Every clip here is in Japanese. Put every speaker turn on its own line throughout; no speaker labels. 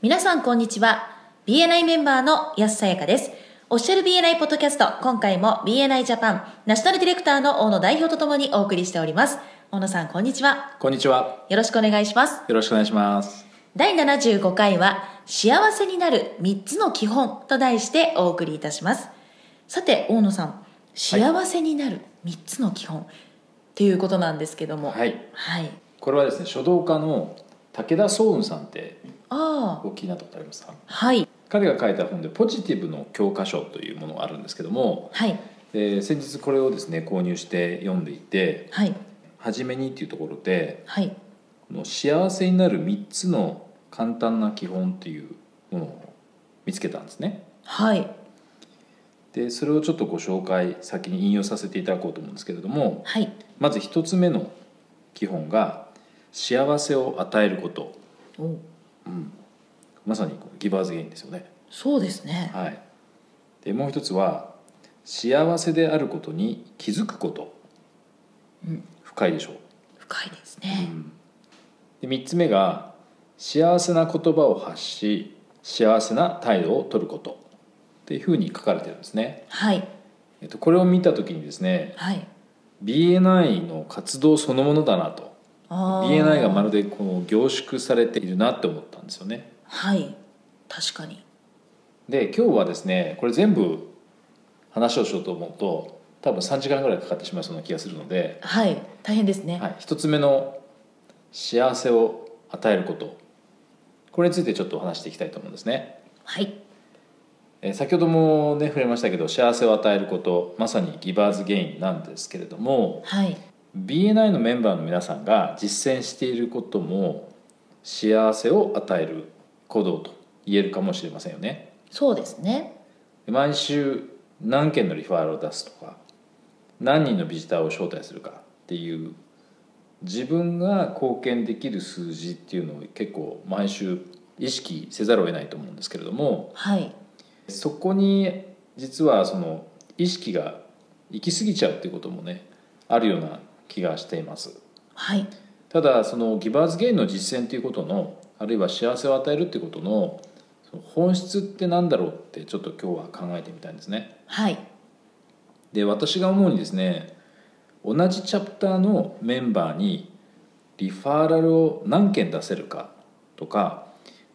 皆さんこんにちは BNI メンバーの安さやかですオフィシャル BNI ポッドキャスト今回も BNI ジャパンナショナルディレクターの大野代表とともにお送りしております大野さんこんにちは
こんにちは。
よろしくお願いします
よろしくお願いします。
第75回は「幸せになる3つの基本」と題してお送りいたしますさて大野さん「幸せになる3つの基本」っていうことなんですけども、
はいい。これはですね、書道家の武田壮雲さんって
ああ
お聞きになったことありますか
はい
彼が書いた本で「ポジティブの教科書」というものがあるんですけども、
はい
えー先日これをですね購入して読んでいて
はい
「はじめに」っていうところで
はい
この幸せになる3つの簡単な基本っていうものを見つけたんですね。
はい
でそれをちょっとご紹介先に引用させていただこうと思うんですけれども、
はい
まず一つ目の基本が幸せを与えること
お
まさにこうギバーズゲインですよね、
そうですね
はい、でもう一つは幸せであることに気づくこと、深いでしょう、
深いですね、
で3つ目が幸せな言葉を発し幸せな態度を取ることっていうふうに書かれてるんですね、
はい
えっと、これを見た時にですね
はい
BNI の活動そのものだなと
ああ
BNI がまるでこの凝縮されているなって思ったんですよね
はい確かに
で今日はですねこれ全部話をしようと思うと多分3時間ぐらいかかってしまいそうな気がするので、
はい大変ですね
はい、1つ目の幸せを与えることこれについてちょっとお話していきたいと思うんですね
はい
えー先ほどもね触れましたけど幸せを与えることまさにギバーズゲインなんですけれども
はい、
BNI のメンバーの皆さんが実践していることも幸せを与える行動と言えるかもしれませんよね。
そうですね
毎週何件のリファーラルを出すとか何人のビジターを招待するかっていう自分が貢献できる数字っていうのを結構毎週意識せざるを得ないと思うんですけれども
はい
そこに実はその意識が行き過ぎちゃうっていうこともねあるような気がしています。
はい
ただそのギバーズゲインの実践ということのあるいは幸せを与えるっていうことのその本質って何だろうってちょっと今日は考えてみたいんですね。
はい
で私が思うにですね同じチャプターのメンバーにリファーラルを何件出せるかとか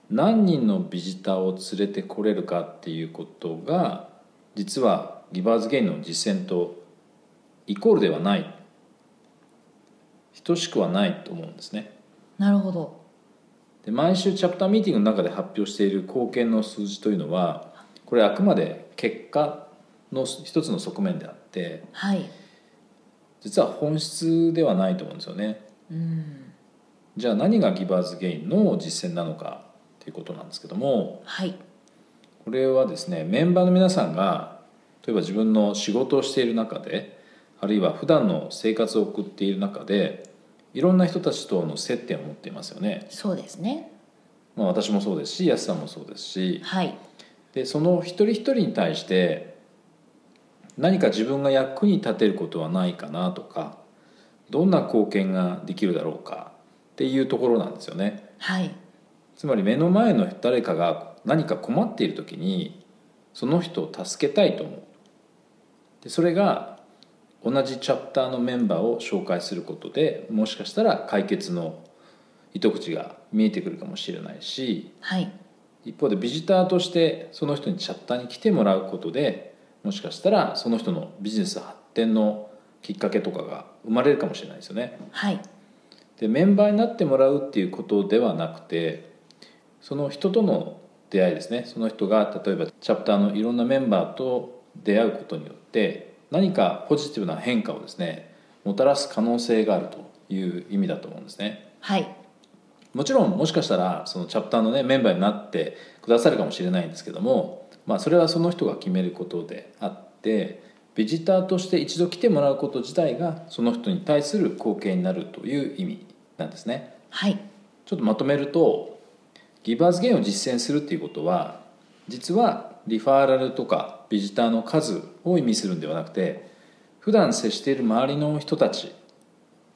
何人のビジターを連れてこれるかっていうことが実はギバーズゲインの実践とイコールではない等しくはないと思うんですね。
なるほど
で毎週チャプターミーティングの中で発表している貢献の数字というのはこれあくまで結果の一つの側面であって
はい
実は本質ではないと思うんですよね
うん
じゃあ何がギバーズゲインの実践なのかということなんですけども
はい
これはですねメンバーの皆さんが例えば自分の仕事をしている中であるいは普段の生活を送っている中でいろんな人たちとの接点を持っていますよね、
そうですね
まあ、私もそうですし安さんもそうですし
はい
でその一人一人に対して何か自分が役に立てることはないかなとかどんな貢献ができるだろうかっていうところなんですよね
はい
つまり目の前の誰かが何か困っている時にその人を助けたいと思うでそれが同じチャプターのメンバーを紹介することでもしかしたら解決の糸口が見えてくるかもしれないし
はい
一方でビジターとしてその人にチャッターに来てもらうことでもしかしたらその人のビジネス発展のきっかけとかが生まれるかもしれないですよね。
はい
でメンバーになってもらうっていうことではなくてその人との出会いですねその人が例えばチャプターのいろんなメンバーと出会うことによって何かポジティブな変化をですねもたらす可能性があるという意味だと思うんですね。
はい
もちろんもしかしたらそのチャプターのねメンバーになってくださるかもしれないんですけども、まあ、それはその人が決めることであってビジターとして一度来てもらうこと自体がその人に対する貢献になるという意味なんですね。
はい
ちょっとまとめるとギバーズゲインを実践するっていうことは実はリファーラルとかビジターの数を意味するんではなくて普段接している周りの人たち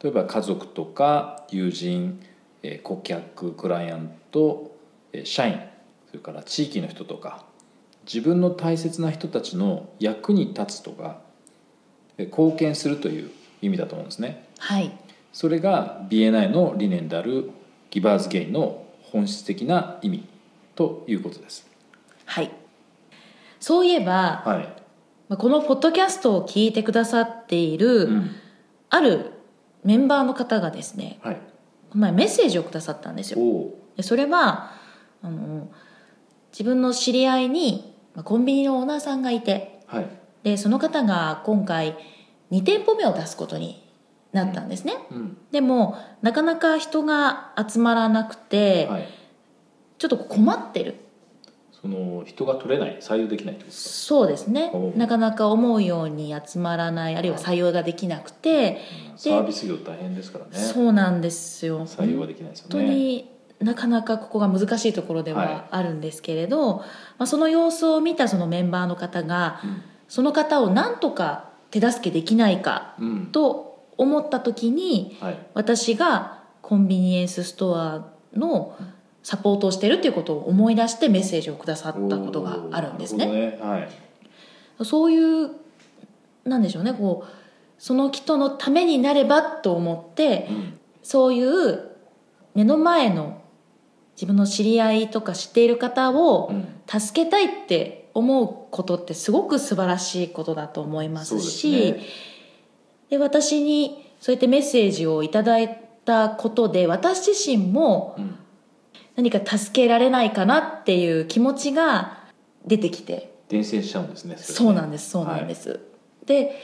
例えば家族とか友人えー顧客クライアントえー社員それから地域の人とか自分の大切な人たちの役に立つとかえ貢献するという意味だと思うんですね。
はい
それが BNI の理念であるギバーズゲインの本質的な意味ということです。
はいそういえば、
はい。
まあこのポッドキャストを聞いてくださっている、
うん。
あるメンバーの方がですね
はい。
この前メッセージをくださったんですよ
おお
でそれはあの自分の知り合いにまあコンビニのオーナーさんがいて
ー。はい。
でその方が今回2店舗目を出すことになったんですね、
うん。
でもなかなか人が集まらなくて、
はい。
ちょっと困ってる
その人が取れない採用できないってことです
そうですね
おう
なかなか思うように集まらないあるいは採用ができなくて、
か。サービス業大変ですからね。
そうなんですよ
採用はできないですよ
本当
ね。
になかなかここが難しいところで
はい
はあるんですけれど、まあ、その様子を見たそのメンバーの方が
うん
その方をなんとか手助けできないか
うん。
と思った時に
はい。
私がコンビニエンスストアのサポートをしてるっていうことを思い出してメッセージをくださったことがあるんですね。
おーなるほどねはい。
そういうなんでしょうねこうその人のためになればと思って
うん。
そういう目の前の自分の知り合いとか知っている方を
うん
助けたいって思うことってすごく素晴らしいことだと思いますし
そう
で
ですね
私にそうやってメッセージをいただいたことで私自身も
うん
何か助けられないかなっていう気持ちが出てきて
伝染しちゃうんですね。れね
そうなんですそうなんで。す、で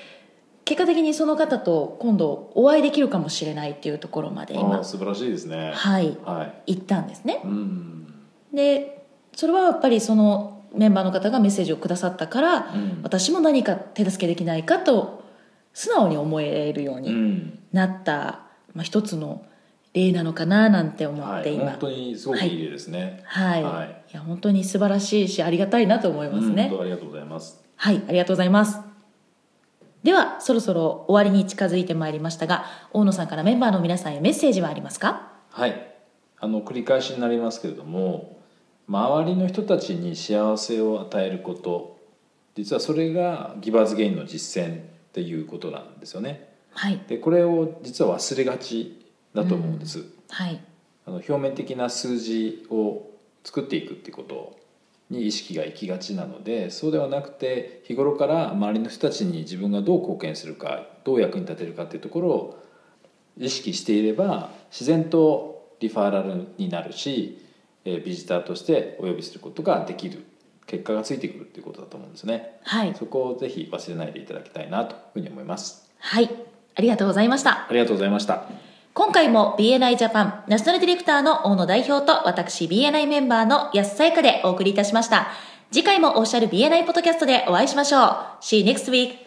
結果的にその方と今度お会いできるかもしれないっていうところまで
はいあ
今
ー素晴らしいですね。
はい
はい。
行ったんですね
うん。
でそれはやっぱりそのメンバーの方がメッセージをくださったから、
うん
私も何か手助けできないかと素直に思えるよう
う
に
ん。
なった、まあ、一つの例なのかななんて思
は
って
い。
今、は
本
い
当にすごくいい例ですね。
い
はい
や本当に素晴らしいしありがたいなと思いますね。
うん本当ありがとうございます。
はい、ありがとうございます。では、そろそろ終わりに近づいてまいりましたが、大野さんからメンバーの皆さんへメッセージはありますか
はい、あの繰り返しになりますけれども周りの人たちに幸せを与えること実はそれがギバーズゲインの実践っていうことなんですよね。
はい、
でこれを実は忘れがちだと思うんです。
はい、
あの表面的な数字を作っていくっていうことに意識が行きがちなのでそうではなくて日頃から周りの人たちに自分がどう貢献するかどう役に立てるかっていうところを意識していれば自然とリファーラルになるしえービジターとしてお呼びすることができる結果がついてくるっていうことだと思うんですね。
はい、
そこをぜひ忘れないでいただきたいなというふうに思います。
はい、ありがとうございました。
ありがとうございました。
今回も BNI ジャパンナショナルディレクターの大野代表と私 BNI メンバーの安さやかでお送りいたしました。次回もオフィシャル BNI ポッドキャストでお会いしましょう。See you next week!